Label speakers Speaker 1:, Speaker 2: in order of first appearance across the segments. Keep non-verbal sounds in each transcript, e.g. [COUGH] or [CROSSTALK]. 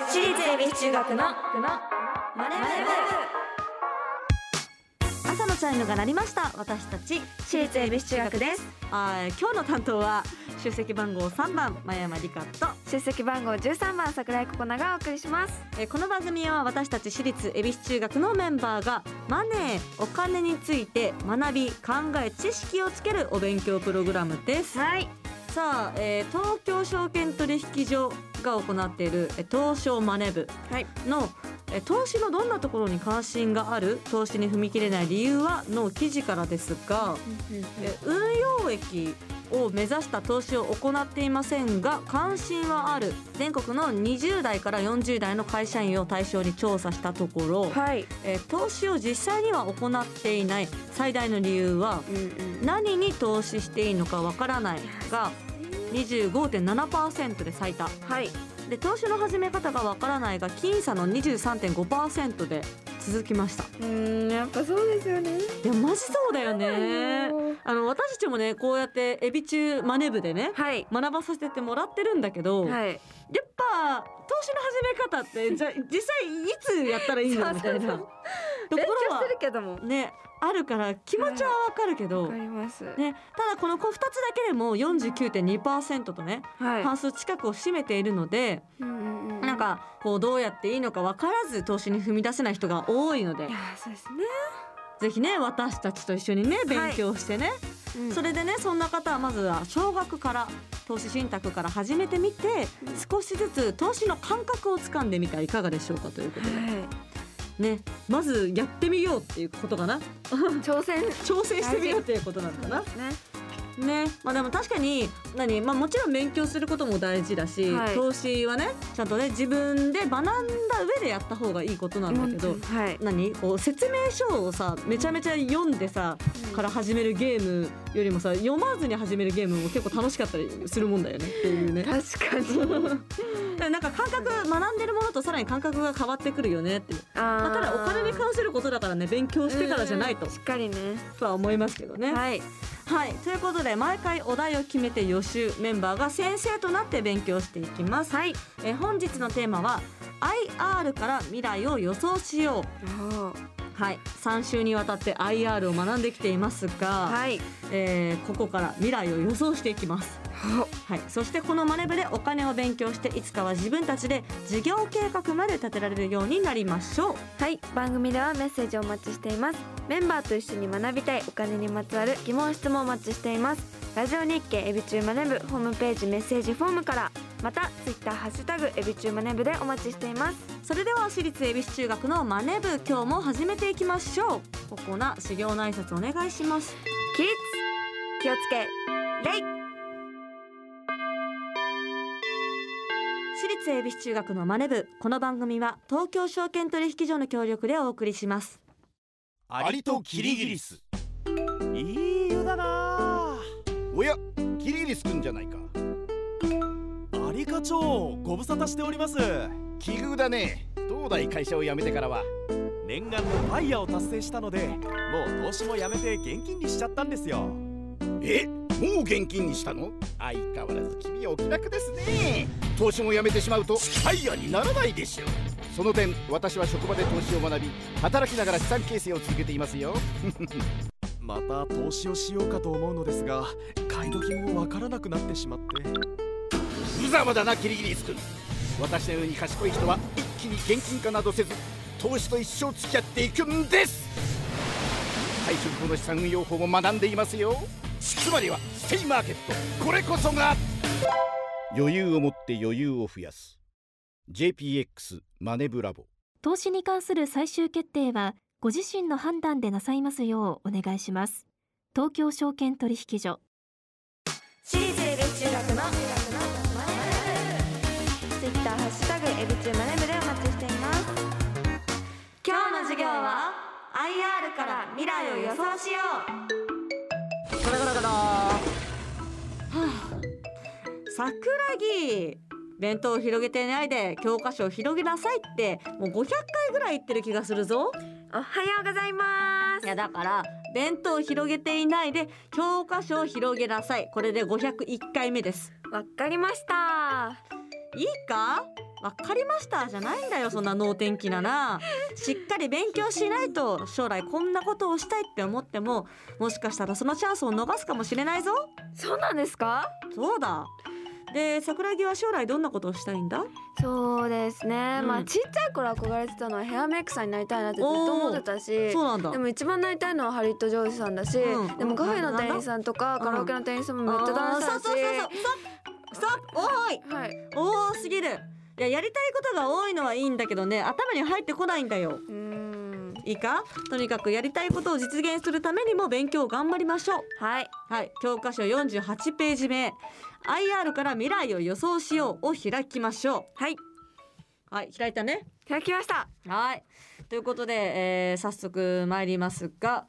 Speaker 1: 私立恵比寿中学のマネ
Speaker 2: 朝のチャイムが鳴りました私たち
Speaker 1: 私立恵比寿中学です
Speaker 2: あー今日の担当は出席番号3番前山理香と、
Speaker 1: 出席番号13番桜井ココナがお送りします
Speaker 2: えーこの番組は私たち私立恵比寿中学のメンバーがマネーお金について学び考え知識をつけるお勉強プログラムです
Speaker 1: はい
Speaker 2: さあ、えー東京証券取引所が行っているえー東証マネ部
Speaker 1: はい
Speaker 2: のえー投資のどんなところに関心がある投資に踏み切れない理由はの記事からですがえー運用益を目指した投資を行っていませんが関心はある全国の20代から40代の会社員を対象に調査したところ、
Speaker 1: はい
Speaker 2: えー投資を実際には行っていない最大の理由は
Speaker 1: うんうん
Speaker 2: 何に投資していいのかわからないが25.7%で最多
Speaker 1: はい
Speaker 2: で投資の始め方がわからないが僅差の23.5%で続きましたい
Speaker 1: うんやっぱそうですよね
Speaker 2: やマジそうだよねあの私たちもねこうやってエビ中マネ部でね
Speaker 1: はい
Speaker 2: 学ばさせてもらってるんだけど、やっ
Speaker 1: はい
Speaker 2: ぱ投資の始め方ってじゃ実際いつやったらいいのみたい
Speaker 1: そうそ
Speaker 2: な
Speaker 1: う
Speaker 2: と
Speaker 1: そう
Speaker 2: ころ
Speaker 1: 勉強
Speaker 2: は
Speaker 1: してるけども
Speaker 2: ねあるから気持ちはわかるけ
Speaker 1: わ
Speaker 2: ど、
Speaker 1: かります
Speaker 2: ね、ただこの2つだけでも49.2%とね
Speaker 1: はい
Speaker 2: 半数近くを占めているので
Speaker 1: な
Speaker 2: なんかこうどうやっていいのか分からず投資に踏み出せない人が多いので
Speaker 1: いやそうです
Speaker 2: ぜひね私たちと一緒にね勉強してね、
Speaker 1: ね
Speaker 2: そ
Speaker 1: れ
Speaker 2: れでねそんな方はまずは少額から投資信託から始めてみて
Speaker 1: うん
Speaker 2: 少しずつ投資の感覚をつかんでみてはいかがでしょうかということでねまずやってみようっていうことかな
Speaker 1: 挑戦
Speaker 2: 挑戦してみようっていうことなのかな
Speaker 1: ね
Speaker 2: ねまあでも確かに何、まあ、もちろん勉強することも大事だし、
Speaker 1: はい
Speaker 2: 投資はねちゃんとね自分で学んだ上でやった方がいいことなんだけど
Speaker 1: 本当にはい
Speaker 2: 何こう説明書をさめちゃめちゃ読んでさから始めるゲームよりもさ読まずに始めるゲームも結構楽しかったりするもんだよねっていうね。だか
Speaker 1: 確
Speaker 2: [LAUGHS]
Speaker 1: かに
Speaker 2: らなんか感覚学んでるものとさらに感覚が変わってくるよねっていう、
Speaker 1: あ
Speaker 2: まあ、
Speaker 1: ー
Speaker 2: ただお金に関することだからね勉強してからじゃないと
Speaker 1: うんしっかりね
Speaker 2: とは思いますけどね。
Speaker 1: はい
Speaker 2: はい、ということで毎回お題を決めて予習メンバーが先生となって勉強していきます、
Speaker 1: はい
Speaker 2: えー本日のテーマは IR から未来を予想しよ
Speaker 1: おー
Speaker 2: うはい3週にわたって IR を学んできていますが、
Speaker 1: はい
Speaker 2: えーここから未来を予想していきます
Speaker 1: お
Speaker 2: はい、そしてこのマネ部でお金を勉強していつかは自分たちで事業計画まで立てられるようになりましょう
Speaker 1: はい番組ではメッセージをお待ちしていますメンバーと一緒に学びたいお金にまつわる疑問質問をお待ちしていますラジオ日経エビチューマネブホームページメッセージフォームからまたツイッターハッシュタグエビチューマネブでお待ちしています
Speaker 2: それでは私立恵比寿中学のマネ部今日も始めていきましょうここな修行の挨拶お願いします
Speaker 1: キッズ気をつけレイ
Speaker 2: 私立恵比寿中学のマネ部この番組は東京証券取引所の協力でお送りします
Speaker 3: アリとキリギリスいい湯だな
Speaker 4: おやキリギリスくんじゃないか
Speaker 3: アリ課長ご無沙汰しております
Speaker 4: 奇遇だね東大会社を辞めてからは
Speaker 3: 念願のファイヤーを達成したのでもう投資もやめて現金にしちゃったんですよ
Speaker 4: えもう現金にしたの相変わらず君はお気楽ですね投資も辞めてしまうとファイヤーにならないでしょうその点私は職場で投資を学び働きながら資産形成を続けていますよ
Speaker 3: また投資をしようかと思うのですが買い時もわからなくなってしまって
Speaker 4: 無様だなキリギリスくん私のように賢い人は一気に現金化などせず投資と一生付き合っていくんです退職後の資産運用法も学んでいますよつまりはステイマーケットこれこそが余裕を持って余裕を増やす JPX マネブラボ
Speaker 5: 投資に関する最終決定はご自身の判断でなさいますようお願いします東京証券取引所
Speaker 1: 私立エビ中学のツイッターハッシュタグエビチューマネブでお待ちしています
Speaker 2: 今日の授業は IR から未来を予想しようゴロゴロゴロはあ桜木弁当を広げてないで教科書を広げなさいってもう500回ぐらい言ってる気がするぞ
Speaker 1: おはようございま
Speaker 2: い
Speaker 1: す
Speaker 2: やだから弁当を広げていないで教科書を広げなさいこれで501回目です
Speaker 1: わかりました
Speaker 2: いいかわかりましたじゃないんだよそんな能天気ななしっかり勉強しないと将来こんなことをしたいって思ってももしかしたらそのチャンスを逃すかもしれないぞ
Speaker 1: そうなんですか
Speaker 2: そうだで桜木は将来どんなことをしたいんだ
Speaker 1: そうですね、
Speaker 2: うん
Speaker 1: まあちっちゃい頃憧れてたのはヘアメイクさんになりたいなってずっと思ってたし
Speaker 2: そうなんだ
Speaker 1: でも一番なりたいのはハリウッド上司さんだし、
Speaker 2: うん
Speaker 1: でもカフェの店員さんと
Speaker 2: う
Speaker 1: か
Speaker 2: ん
Speaker 1: カラオケの店員さんもめっちゃダンスだし、
Speaker 2: あーそうそうそうそうストップストップおーい
Speaker 1: はい、
Speaker 2: 多すぎるいややりたいことが多いのはいいんだけどね頭に入ってこないんだよ
Speaker 1: うーん
Speaker 2: いいかとにかくやりたいことを実現するためにも勉強を頑張りましょう
Speaker 1: はい
Speaker 2: はい教科書48ページ目 IR から未来を予想しようを開きましょう
Speaker 1: はい
Speaker 2: はい開いたね
Speaker 1: 開きました
Speaker 2: はいということで、えー早速参りますが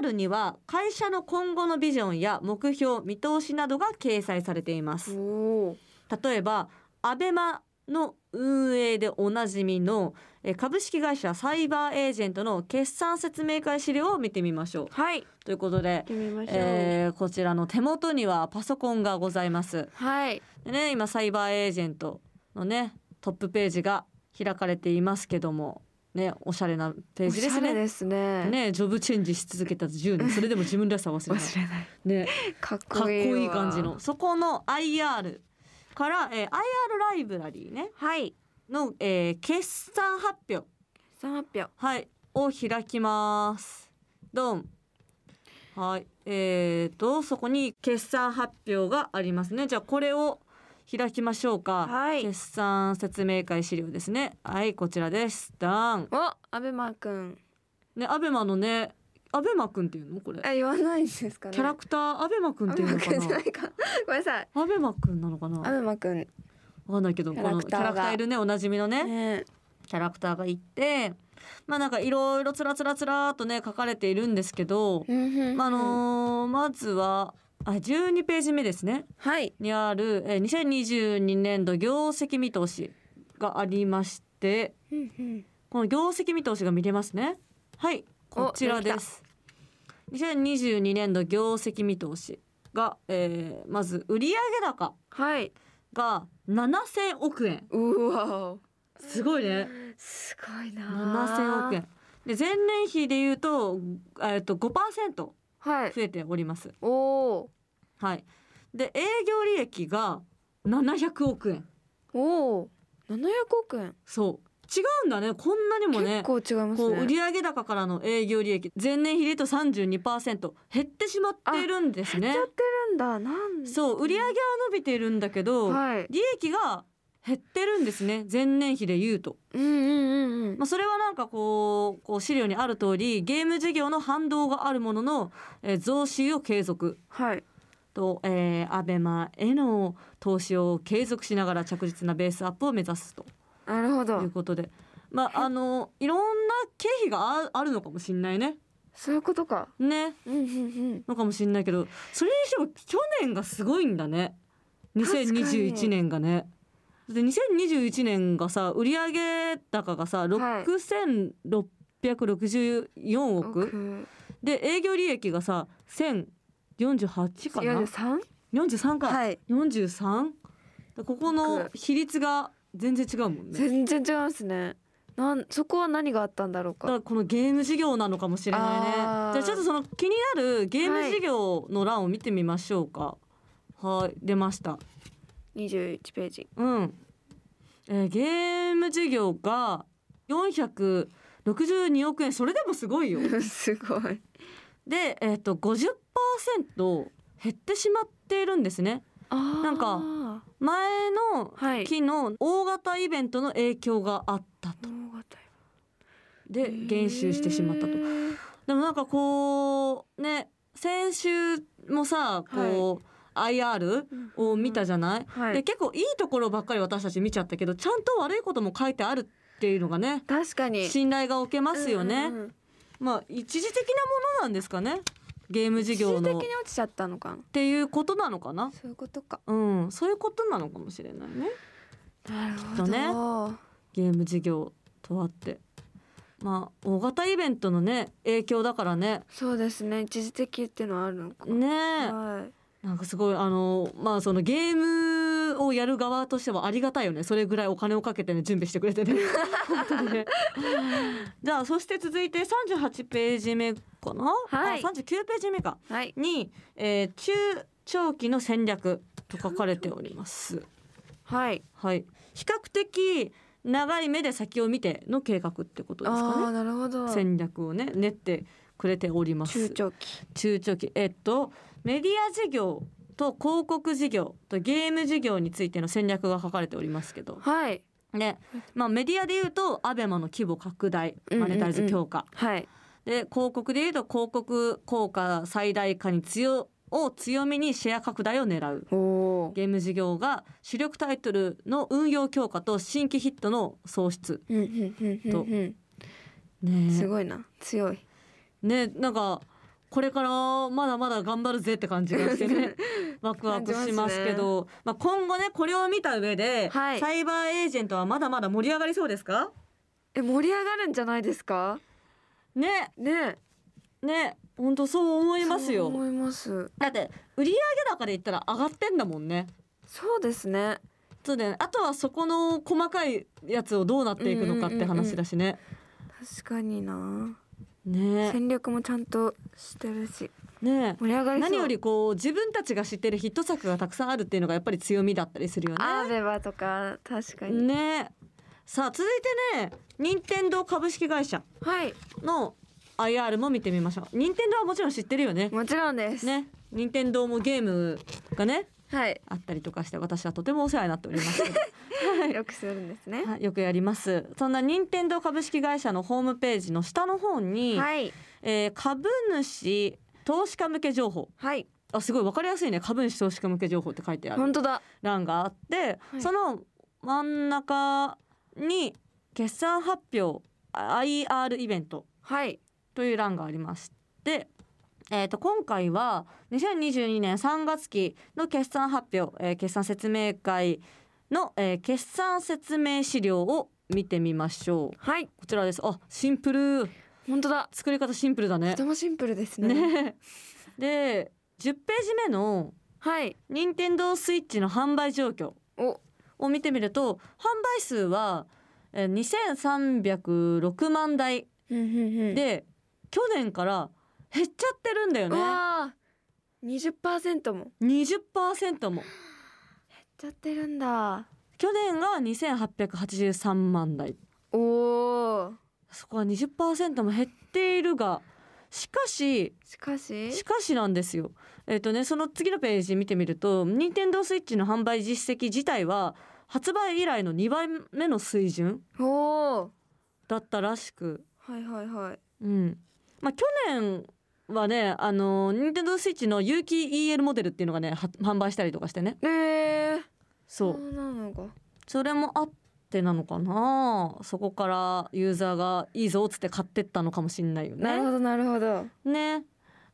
Speaker 2: IR には会社の今後のビジョンや目標見通しなどが掲載されています
Speaker 1: お
Speaker 2: 例えばアベマの運営でおなじみのえー株式会社サイバーエージェントの決算説明会資料を見てみましょう。
Speaker 1: はい
Speaker 2: ということで、
Speaker 1: 決めましょう、
Speaker 2: えーこちらの手元にはパソコンがございます。
Speaker 1: はい
Speaker 2: でね今サイバーエージェントのねトップページが開かれていますけどもねおしゃれなペー
Speaker 1: お
Speaker 2: ジで
Speaker 1: しゃ
Speaker 2: す
Speaker 1: れ
Speaker 2: ね。
Speaker 1: ですね
Speaker 2: ねジョブチェンジし続けた10年それでも自分らしさ忘れない。
Speaker 1: 忘れない
Speaker 2: ね
Speaker 1: かっ
Speaker 2: かっ
Speaker 1: こ
Speaker 2: こ
Speaker 1: いいわ
Speaker 2: いい感じのそこの IR から、えー IR ライブラリーね
Speaker 1: はい
Speaker 2: の、えー決算発表
Speaker 1: 三発表
Speaker 2: はいを開きますドンはいえー、とそこに決算発表がありますねじゃあこれを開きましょうか、
Speaker 1: はい
Speaker 2: 決算説明会資料ですねはいこちらですダン
Speaker 1: お安倍マー君
Speaker 2: ねアベマのねアベマくんっていうのこれ
Speaker 1: え言わないんですかね
Speaker 2: キャラクターアベマくんっていうのか
Speaker 1: 安倍マー君じゃ
Speaker 2: な
Speaker 1: ないかごめんなさい
Speaker 2: アベマくんなのかな
Speaker 1: 安倍マー君
Speaker 2: わかんないけど
Speaker 1: キ
Speaker 2: こ
Speaker 1: ャラ
Speaker 2: の
Speaker 1: ク
Speaker 2: キ
Speaker 1: ター
Speaker 2: ャ
Speaker 1: が
Speaker 2: ラクターいるねおなじみのね
Speaker 1: ね
Speaker 2: キャラクターがいてまあなんかいろいろつらつらつらーっとね書かれているんですけど、まああのーまずはあ12ページ目ですね
Speaker 1: はい
Speaker 2: にあるえー2022年度業績見通しがありましてこの業績見通しが見れますねはいこちらです2022年度業績見通しが、えーまず売上高
Speaker 1: はい
Speaker 2: が7000億円
Speaker 1: うわ
Speaker 2: すごいね
Speaker 1: すごいな
Speaker 2: 7000億円で前年比で言うと,、えー、と5%増
Speaker 1: はい
Speaker 2: えております
Speaker 1: おお
Speaker 2: はいで営業利益が700億円
Speaker 1: おお700億円
Speaker 2: そう違うんだねこんなにもね
Speaker 1: 結構違います
Speaker 2: こう売
Speaker 1: ね
Speaker 2: 上高からの営業利益前年比で言うと32%減ってしまっているんですね
Speaker 1: 減っちゃってるんだなん
Speaker 2: そう売上は伸びているんだけど、
Speaker 1: はい
Speaker 2: 利益が減ってるんですね前年比で言うと
Speaker 1: うんうんうんうん
Speaker 2: まあ、それはなんかこうこう資料にある通りゲーム事業の反動があるものの、えー増収を継続
Speaker 1: はい
Speaker 2: と、えー、アベマへの投資を継続しながら着実なベースアップを目指すと
Speaker 1: なるほ
Speaker 2: い
Speaker 1: ど
Speaker 2: うことで、まあ、あのいろんな経費がああるのかもしんないね。
Speaker 1: そういうことか
Speaker 2: ね
Speaker 1: うんうんうん
Speaker 2: のかもしんないけどそれにしても去年がすごいんだね2021年がね。で2021年がさ売上高がさ
Speaker 1: はい
Speaker 2: 6664億、
Speaker 1: 億
Speaker 2: で営業利益がさ1048かな
Speaker 1: 43?
Speaker 2: 43か、
Speaker 1: はい
Speaker 2: 43? ここの比率が全然違うもんね。
Speaker 1: 全然違いますねなんそこは何があったんだろう
Speaker 2: だか
Speaker 1: から
Speaker 2: このゲーム事業なのかもしれないね。じ
Speaker 1: あ
Speaker 2: ゃ
Speaker 1: ー
Speaker 2: あちょっとその気になるゲーム事業の欄を見てみましょうか。はい、出ました。
Speaker 1: 21ページ [LAUGHS]
Speaker 2: うん、えーゲーム事業が462億円それでもすごいよ
Speaker 1: すごい
Speaker 2: で、えー、と50%減ってしまっているんですね
Speaker 1: なん
Speaker 2: か前の
Speaker 1: はい
Speaker 2: 期の大型イベントの影響があったと
Speaker 1: 脳が大
Speaker 2: で減収してしまったと
Speaker 1: へ
Speaker 2: で
Speaker 1: ー
Speaker 2: もなんかこうね先週もさこう、IR を見たじゃない、
Speaker 1: は
Speaker 2: で
Speaker 1: い
Speaker 2: 結構いいところばっかり私たち見ちゃったけどちゃんと悪いことも書いてあるっていうのがね
Speaker 1: 確かに
Speaker 2: 信頼が置けますよね、
Speaker 1: うんうんうん
Speaker 2: まあ一時的なものなんですかねゲーム事
Speaker 1: 一時
Speaker 2: 業
Speaker 1: 的
Speaker 2: の
Speaker 1: に
Speaker 2: っ
Speaker 1: 落ちちゃったのかな
Speaker 2: ていうことなのかな
Speaker 1: そういうことか
Speaker 2: うんそういうことなのかもしれないね
Speaker 1: なる
Speaker 2: きっ
Speaker 1: ほ
Speaker 2: と
Speaker 1: ど
Speaker 2: ねゲーム事業とあってまあ大型イベントのね影響だからね
Speaker 1: そうですね一時的っていうのはあるのか
Speaker 2: ねえ
Speaker 1: は
Speaker 2: なんかすごいあのまあそのゲームをやる側としてはありがたいよねそれぐらいお金をかけてね準備してくれて
Speaker 1: [LAUGHS]
Speaker 2: ね本当にねじゃあそして続いて38ページ目かな、
Speaker 1: はい
Speaker 2: あ39ページ目か
Speaker 1: はい
Speaker 2: に、えー中長期の戦略と書かれております
Speaker 1: はい
Speaker 2: はい比較的長い目で先を見ての計画ってことです
Speaker 1: ああー
Speaker 2: かね
Speaker 1: なるほど
Speaker 2: 戦略をね練ってくれております
Speaker 1: 中長期
Speaker 2: 中長期えっとメディア事業と広告事業とゲーム事業についての戦略が書かれておりますけど
Speaker 1: はい
Speaker 2: ね、まあメディアでいうとアベマの規模拡大
Speaker 1: うんうんう
Speaker 2: マ
Speaker 1: ん
Speaker 2: ネタイズ強化、
Speaker 1: はい
Speaker 2: で広告でいうと広告効果最大化に強を強みにシェア拡大を狙う
Speaker 1: おお
Speaker 2: ゲーム事業が主力タイトルの運用強化と新規ヒットの創出
Speaker 1: うんうんうんうん
Speaker 2: と
Speaker 1: うんす
Speaker 2: ね
Speaker 1: ごいな強い
Speaker 2: ねなんかこれからまだまだ頑張るぜって感じがしてねワクワクしますけどまあ、今後ねこれを見た上で、
Speaker 1: はい
Speaker 2: サイバーエージェントはまだまだ盛り上がりそうですか
Speaker 1: え盛り上がるんじゃないですか
Speaker 2: ね
Speaker 1: ね
Speaker 2: ね本当そう思いますよ
Speaker 1: そう思います
Speaker 2: だって売上高で言ったら上がってんだもんね
Speaker 1: そうですね
Speaker 2: そうだよねあとはそこの細かいやつをどうなっていくのかって話だしね、
Speaker 1: 確かにな
Speaker 2: ね
Speaker 1: 戦略もちゃんとしてるし
Speaker 2: ね
Speaker 1: 盛り上がりそう
Speaker 2: 何よりこう自分たちが知ってるヒット作がたくさんあるっていうのがやっぱり強みだったりするよ
Speaker 1: ア
Speaker 2: ね
Speaker 1: ーベバとか確かに、
Speaker 2: ねさあ続いてね任天堂株式会社
Speaker 1: はい
Speaker 2: の IR も見てみましょう任天堂はもちろん知ってるよね
Speaker 1: もちろんです、
Speaker 2: ね任天堂もゲームがね
Speaker 1: はい
Speaker 2: あったりとかして私はとてもお世話になっており
Speaker 1: [LAUGHS]
Speaker 2: ますけど
Speaker 1: よくするんですね
Speaker 2: はいよくやりますそんな任天堂株式会社のホームページの下の方に、
Speaker 1: はい
Speaker 2: えー株主投資家向け情報
Speaker 1: はい
Speaker 2: あすごいわかりやすいね株主投資家向け情報って書いてある
Speaker 1: 本当だ
Speaker 2: 欄があって、
Speaker 1: はい
Speaker 2: その真ん中に決算発表 IR イベント
Speaker 1: はい
Speaker 2: という欄がありまして、えー、と今回は2022年3月期の決算発表、えー決算説明会の、えー決算説明資料を見てみましょう
Speaker 1: はい
Speaker 2: こちらですあシンプル
Speaker 1: 本当だ
Speaker 2: 作り方シンプルだね
Speaker 1: とてもシンプルですね
Speaker 2: ねで10ページ目の
Speaker 1: はい
Speaker 2: 任天堂スイッチの販売状況
Speaker 1: お
Speaker 2: を見てみると販売数はえー2306万台
Speaker 1: うんうんうん
Speaker 2: で去年から減っちゃってるんだよ
Speaker 1: う
Speaker 2: ね
Speaker 1: わー20%も
Speaker 2: 20%も
Speaker 1: ちゃってるんだ
Speaker 2: 去年が2883万台
Speaker 1: おお
Speaker 2: そこは20%も減っているがしかし
Speaker 1: しかし
Speaker 2: しかしなんですよえっ、とねその次のページ見てみると任天堂スイッチの販売実績自体は発売以来の2倍目の水準
Speaker 1: おお
Speaker 2: だったらしく
Speaker 1: はいはいはい
Speaker 2: うんまあ去年はねあの任天堂スイッチの有機 EL モデルっていうのがねは販売したりとかしてね
Speaker 1: えー、
Speaker 2: そう
Speaker 1: そうなのか
Speaker 2: それもあってなのかなそこからユーザーがいいぞっつって買ってったのかもしんないよ
Speaker 1: なるほ
Speaker 2: ね。
Speaker 1: どなるほど
Speaker 2: ね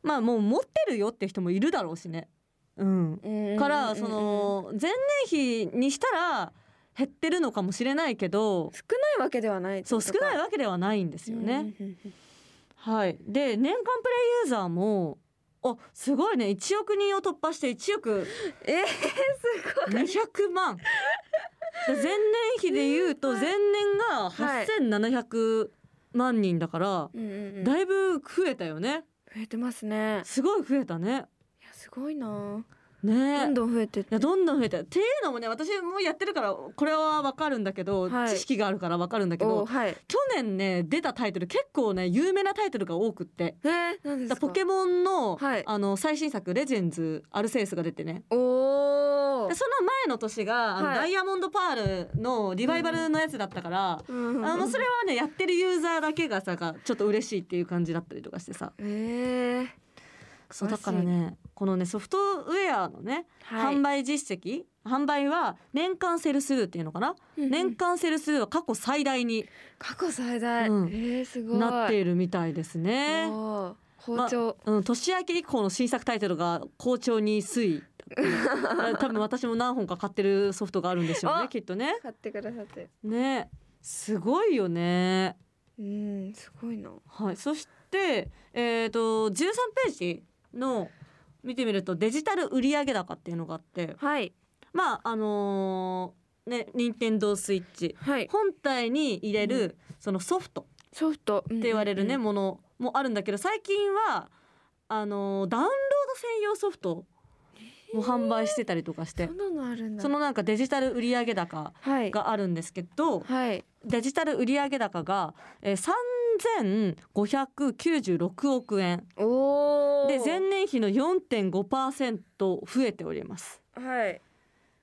Speaker 2: まあもう持ってるよって人もいるだろうしね。うん、
Speaker 1: うんうんうん
Speaker 2: からその前年比にしたら減ってるのかもしれないけど
Speaker 1: 少ないわけではない
Speaker 2: そう少ない
Speaker 1: で
Speaker 2: わけではないんですよね。はい、で年間プレイユーザーもあすごいね1億人を突破して1億
Speaker 1: えー、すごい
Speaker 2: 200万で前年比で言うと前年が8700万人だから
Speaker 1: うんうんうん増
Speaker 2: だいぶ増えたよね
Speaker 1: えてますね
Speaker 2: すごい増えたね
Speaker 1: いやすごいな
Speaker 2: ね
Speaker 1: どんどん増えてっ
Speaker 2: い
Speaker 1: て
Speaker 2: やどんどん増えたっていうのもね私もやってるからこれはわかるんだけど、
Speaker 1: はい
Speaker 2: 知識があるからわかるんだけ
Speaker 1: お
Speaker 2: ど
Speaker 1: はい
Speaker 2: 去年ね出たタイトル結構ね有名なタイトルが多くって
Speaker 1: えー、何です
Speaker 2: だ
Speaker 1: か
Speaker 2: ポケモンの,、
Speaker 1: はい
Speaker 2: あの最新作「レジェンズ・アルセウス」が出てね
Speaker 1: おお
Speaker 2: でその前の年が、あの
Speaker 1: はい
Speaker 2: ダイヤモンド・パールのリバイバルのやつだったから、
Speaker 1: うん
Speaker 2: あのそれはねやってるユーザーだけがさがちょっと嬉しいっていう感じだったりとかしてさ
Speaker 1: えー、
Speaker 2: そう
Speaker 1: 詳
Speaker 2: だ
Speaker 1: しい
Speaker 2: からねこのねソフトウェアのね、
Speaker 1: はい
Speaker 2: 販売実績販売は年間セルス数っていうのかな、
Speaker 1: うんうん
Speaker 2: 年間セルス数は過去最大に
Speaker 1: 過去最大、
Speaker 2: うん
Speaker 1: えー、すごい
Speaker 2: なっているみたいですね。
Speaker 1: おー包丁、
Speaker 2: うん、年明け以降の新作タイトルが好調に
Speaker 1: [LAUGHS]
Speaker 2: 推移多分私も何本か買ってるソフトがあるんでしょうね
Speaker 1: あ
Speaker 2: きっとね
Speaker 1: 買ってくださって
Speaker 2: ねすごいよね
Speaker 1: うんすごいな
Speaker 2: はいそしてえっ、と13ページの見てみるとデジタル売上高っていうのがあって
Speaker 1: はい
Speaker 2: まああのーね任天堂スイッチ
Speaker 1: はい
Speaker 2: 本体に入れる、そのソフトっ
Speaker 1: ソフトって
Speaker 2: 言われるね、ものもあるんだけど最近はあのーダウンロード専用ソフトも販売してたりとかして
Speaker 1: そんなのあるんだ
Speaker 2: そのなんかデジタル売上高
Speaker 1: はい
Speaker 2: があるんですけど、
Speaker 1: はい
Speaker 2: デジタル売上高が、えー、3596億円
Speaker 1: おお
Speaker 2: で前年比の4.5%増えております。
Speaker 1: はい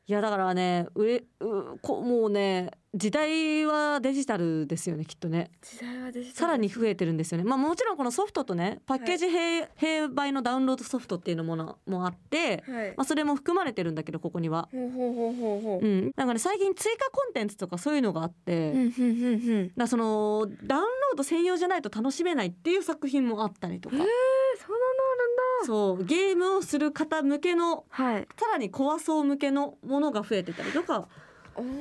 Speaker 2: いやだからねうえうこもうね時代はデジタルですよねきっとね
Speaker 1: 時代はデジタル
Speaker 2: さらに増えてるんですよねまあもちろんこのソフトとねパッケージ併,、併売のダウンロードソフトっていうのものもあって、
Speaker 1: はい
Speaker 2: まあ、それも含まれてるんだけどここには、
Speaker 1: ほうほうほうほうほ
Speaker 2: う、
Speaker 1: うん
Speaker 2: なんかね最近追加コンテンツとかそういうのがあって、
Speaker 1: うんうんうんうん
Speaker 2: だからそのダウンロード専用じゃないと楽しめないっていう作品もあったりとか、
Speaker 1: へーそんなの
Speaker 2: そうゲームをする方向けの
Speaker 1: あるんだはい
Speaker 2: さらに怖そう向けのものが増えてたりとか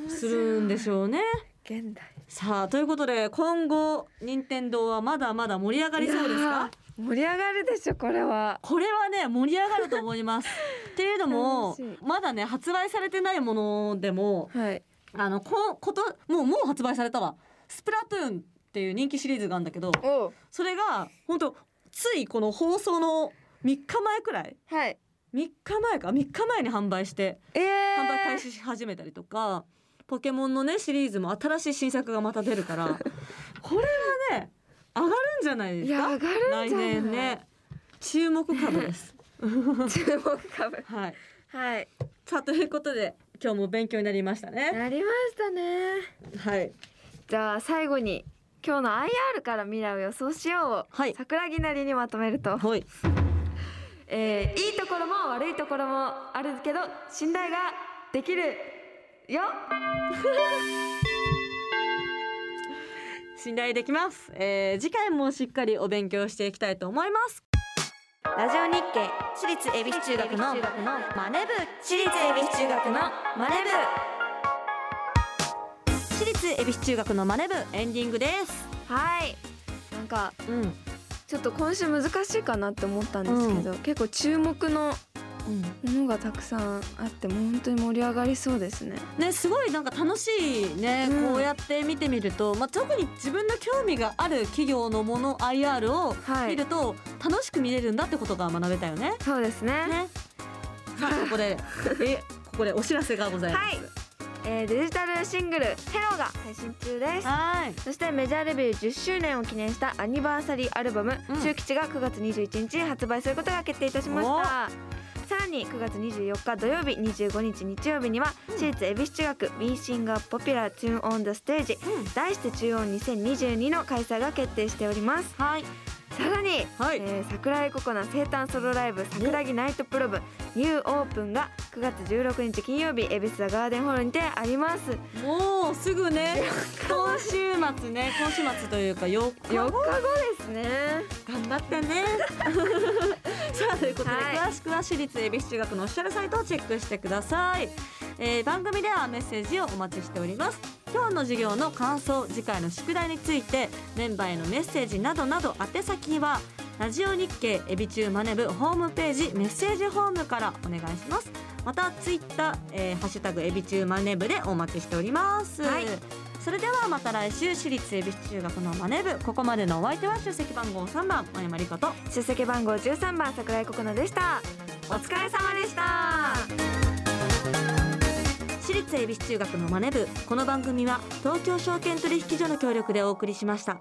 Speaker 2: するんでし
Speaker 1: ょ
Speaker 2: ょうね。
Speaker 1: 現代
Speaker 2: さあということで今後任天堂はまだまだ盛り上がりそうです
Speaker 1: い
Speaker 2: か
Speaker 1: やー盛り上がるでしょこれは
Speaker 2: これはね盛り上がると思い
Speaker 1: [LAUGHS]
Speaker 2: ます。っていうのも
Speaker 1: 楽しい
Speaker 2: まだね発売されてないものでも
Speaker 1: はい
Speaker 2: あのここともうもう発売されたわ「スプラトゥーン」っていう人気シリーズがあるんだけど
Speaker 1: おう
Speaker 2: それが本当ついこの放送の3日前くらい
Speaker 1: はい
Speaker 2: 3日前か3日前に販売して
Speaker 1: えー
Speaker 2: 販売開始し始めたりとか、ポケモンのねシリーズも新しい新作がまた出るから
Speaker 1: [LAUGHS]
Speaker 2: これはね上がるんじゃないで
Speaker 1: い
Speaker 2: す
Speaker 1: や
Speaker 2: か
Speaker 1: 上がるん
Speaker 2: 来
Speaker 1: じゃない
Speaker 2: 年ね注目株です。
Speaker 1: 注目株
Speaker 2: はい、
Speaker 1: [LAUGHS] はい
Speaker 2: さあということで今日も勉強になりましたね。
Speaker 1: なりましたね
Speaker 2: はい、
Speaker 1: じゃあ最後に今日の IR から未来を予想しようを、
Speaker 2: はい
Speaker 1: 桜木なりにまとめると、
Speaker 2: はい、
Speaker 1: えーいいところも悪いところもあるけど信頼ができるよ
Speaker 2: 信頼できます、えー次回もしっかりお勉強していきたいと思います。
Speaker 1: ラジオ日経
Speaker 2: 私立恵比寿中学のマネ部
Speaker 1: 私立恵比寿中学のマネ
Speaker 2: 私立恵比寿中学のマネ部エンディングです
Speaker 1: 部はいなんか
Speaker 2: うん、
Speaker 1: ちょっと今週難しいかなって思ったんですけど、結構注目のものがたくさんあってもう本当に盛り上がりそうですね
Speaker 2: ねすごいなんか楽しいね、
Speaker 1: うん
Speaker 2: こうやって見てみるとまあ特に自分の興味がある企業のもの IR を
Speaker 1: はい
Speaker 2: 見ると楽しく見れるんだってことが学べたよね
Speaker 1: そうですね
Speaker 2: ねさあここで [LAUGHS] えここでお知らせがございま
Speaker 1: はい、えーデジタルシングル「ヘロが配信中です
Speaker 2: すはい
Speaker 1: そしてメジャーレビュー10周年を記念したアニバーサリーアルバム「
Speaker 2: うん
Speaker 1: 周吉」が9月21日に発売することが決定いたしましたさらに9月24日土曜日25日日曜日には私立恵比寿中学「We Sing a Popular Tune on the Stage
Speaker 2: うん」
Speaker 1: 題して中央2022の開催が決定しております
Speaker 2: はい
Speaker 1: さらに、
Speaker 2: はい
Speaker 1: えー桜井ココナ生誕ソロライブ桜木ナイトプロブニューオープンが9月16日金曜日恵比寿ザガーデンホールにてあります
Speaker 2: もうすぐね今週末ね [LAUGHS] 今週末というか4日
Speaker 1: 4
Speaker 2: 後
Speaker 1: 日後ですね
Speaker 2: 頑張ってね [LAUGHS] さあということで、
Speaker 1: はい
Speaker 2: 詳しくは私立恵比寿中学のオフィシャルサイトをチェックしてください、えー番組ではメッセージをお待ちしております今日の授業の感想次回の宿題についてメンバーへのメッセージなどなど宛先はラジオ日経エビ中マネブホームページメッセージフォームからお願いしますまたツイッター、えーハッシュタグエビ中マネブでお待ちしております、
Speaker 1: はい
Speaker 2: それではまた来週私立恵比寿中学のマネブここまでのお相手は出席番号3番青山理香と
Speaker 1: 出席番号13番桜井ココナでしたお疲れ様でした
Speaker 2: 私立恵比寿中学のマネ部この番組は東京証券取引所の協力でお送りしました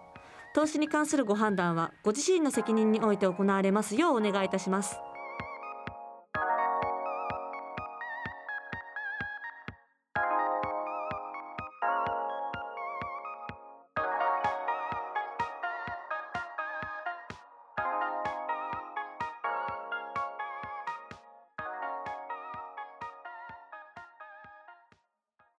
Speaker 2: 投資に関するご判断はご自身の責任において行われますようお願いいたします